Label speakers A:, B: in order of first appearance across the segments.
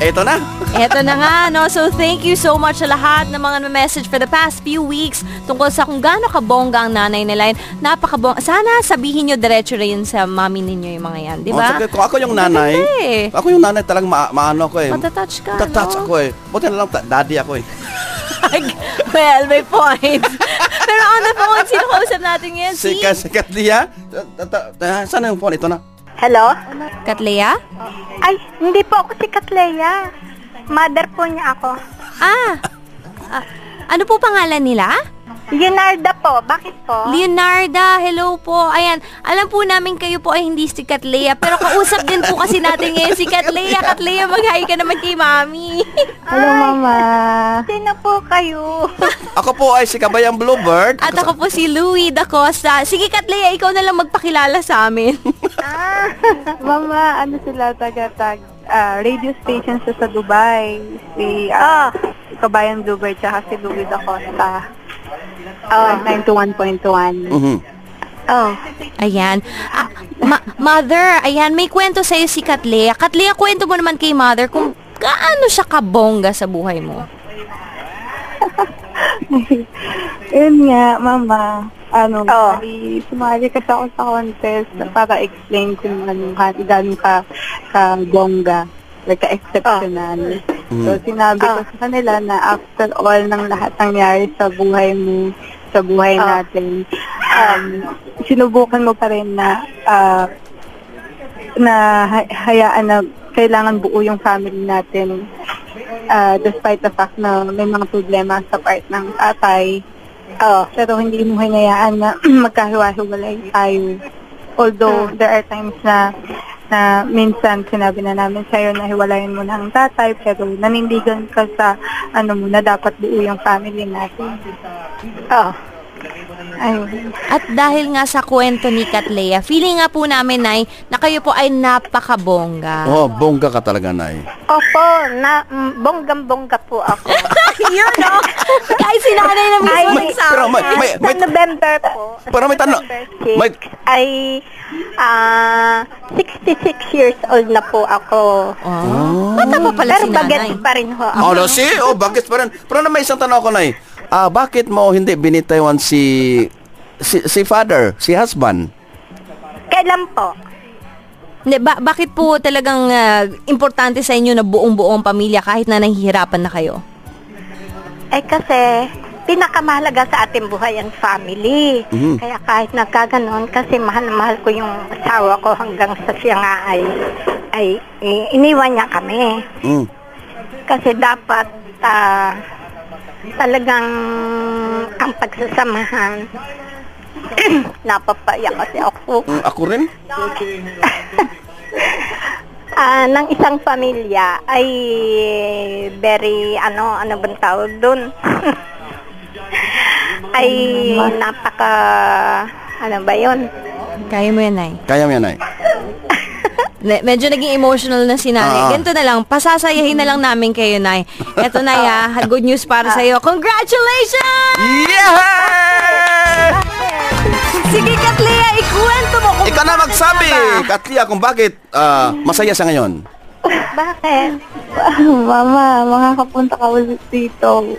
A: Eto na.
B: Eto na nga, no? So, thank you so much sa lahat ng mga message for the past few weeks tungkol sa kung gaano kabongga ang nanay nila. Napakabongga. Sana sabihin nyo diretso rin sa mami ninyo yung mga yan, di
A: Oh,
B: ba?
A: sige, kung ako yung
B: Diba?
A: nanay,
B: Maganda eh.
A: ako yung nanay talagang ma- maano ko eh.
B: Matatouch ka,
A: Matatouch
B: no?
A: ako eh. Buti na lang, ta- daddy ako eh.
B: well, may point. Pero on the phone, sino kausap natin ngayon? Si
A: Sikat, sikat niya. Ta- ta- ta- Saan yung phone? Ito na.
C: Hello?
B: Katlea?
C: Ay, hindi po ako si Katleya. Mother po niya ako.
B: Ah, ah, ano po pangalan nila?
C: Leonarda po, bakit po?
B: Leonarda, hello po. Ayan, alam po namin kayo po ay hindi si Katlea, pero kausap din po kasi natin ngayon si Katlea. Katlea, mag-hi ka naman kay Mami.
C: Hello, Mama. Sino po kayo?
A: Ako po ay si Kabayang Bluebird.
B: At ako po si Louie Da Costa. Sige, Katlea, ikaw na lang magpakilala sa amin.
C: ah, Mama, ano sila taga-tag? radio station sa sa Dubai. Si ah, Kabayan Bluebird tsaka si Louie Acosta. Oh, 921.1.
A: Mhm.
C: Oh.
B: Ayan. Ah, ma- mother, ayan, may kwento sa'yo si Katlea. Katlea, kwento mo naman kay mother kung kaano siya kabongga sa buhay mo.
C: Yun nga, mama. Ano, ay, sumali ka sa ako sa contest para explain kung ano, ka- gaano ka, ka bongga, like ka-exceptional. So, sinabi ko sa kanila na after all ng lahat nangyari sa buhay mo, sa buhay natin, um, sinubukan mo pa rin na ah, na hay- hayaan na kailangan buo yung family natin Ah, despite the fact na may mga problema sa part ng tatay. Oh, pero hindi mo hinayaan na magkahiwa-hiwalay tayo. Although, there are times na na minsan sinabi na namin sa'yo na hiwalayin mo na ang tatay, pero nanindigan ka sa ano mo na dapat buo yung family natin. Oh. Ayun.
B: At dahil nga sa kwento ni Katlea, feeling nga po namin, Nay, na kayo po ay napakabongga.
A: Oh, bongga ka talaga, Nay.
C: Opo, na mm, bonggam-bongga po ako.
B: Yun, no? Kahit si nanay na mismo
A: May-
B: nagsabi.
A: pero may- may-
C: Sa November po.
A: Pero may tanong.
C: November 6
A: May-
C: ay ah 66 years old na po ako.
A: Ah.
B: Oh, bata pa pala
C: Pero
B: si nanay.
C: bagets pa rin ho ako.
A: Oh, no, si, oh, bakit pa rin? Pero na may isang tanong ako, Nay. Ah, bakit mo hindi binitawan si, si, si father, si husband?
C: Kailan po?
B: Hindi, ba- bakit po talagang ah, importante sa inyo na buong-buo ang pamilya kahit na nahihirapan na kayo?
C: Eh kasi pinakamahalaga sa ating buhay ang family.
A: Mhm.
C: Kaya kahit nagkaganon, kasi mahal na mahal ko yung asawa ko hanggang sa siya nga ay, ay i- iniwan niya kami.
A: Mm.
C: Kasi dapat ah, talagang ang pagsasamahan. Napapaya kasi ako.
A: Mm, Ako rin?
C: Ah, ng isang pamilya ay very, ano, ano bang tawag doon? ay napaka, ano ba yun?
B: Kaya mo yan, Nay.
A: Kaya mo yan, Nay.
B: Ne- Medyo naging emotional na si
A: Ah.
B: nanay. Ganito na lang, pasasayahin na lang namin kayo, Nay. Eto, Nay, ha, good news para sa'yo. Congratulations!
A: Yeah!
B: Sige, Katlea, ikwento mo kung
A: Ikaw na magsabi, Katlia, kung bakit ah, masaya sa ngayon.
C: Bakit?
D: Mama, makakapunta ka ulit dito.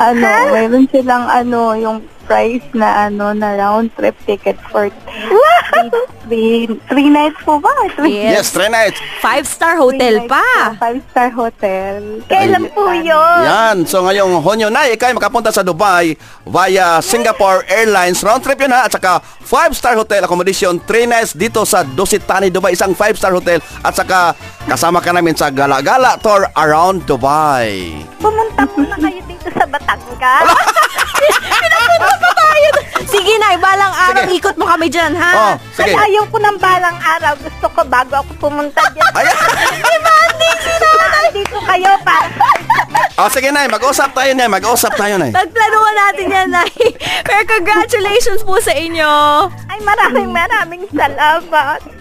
D: Ano, mayroon silang ano, yung price na ano, na round trip ticket for three, three, three nights po ba? Three,
B: Yes.
A: Yes, three nights.
B: Five-star hotel
D: nights
B: pa.
D: po, Five-star hotel.
C: Kailan po yun?
A: Yan. So ngayong Honyo na, ikaw ay makapunta sa Dubai via Singapore Airlines round trip yun ha. At saka 5-star hotel accommodation, 3 nights dito sa Dusitani, Dubai. Isang 5-star hotel. At saka kasama ka namin sa Gala-Gala Tour around Dubai.
C: Pumunta po na kayo dito sa Batangas.
B: Sige, Nay, balang araw,
A: Sige.
B: ikot mo kami dyan, ha?
A: Oh, sige.
C: Ay, ayaw ko ng balang araw. Gusto ko bago ako pumunta dyan.
A: Ayan.
C: Dito kayo para
A: O oh, sige na, mag-usap tayo na, mag-usap tayo na.
B: Pagplanuhan natin yan, Nay. Pero congratulations po sa inyo.
C: Ay, maraming maraming salamat.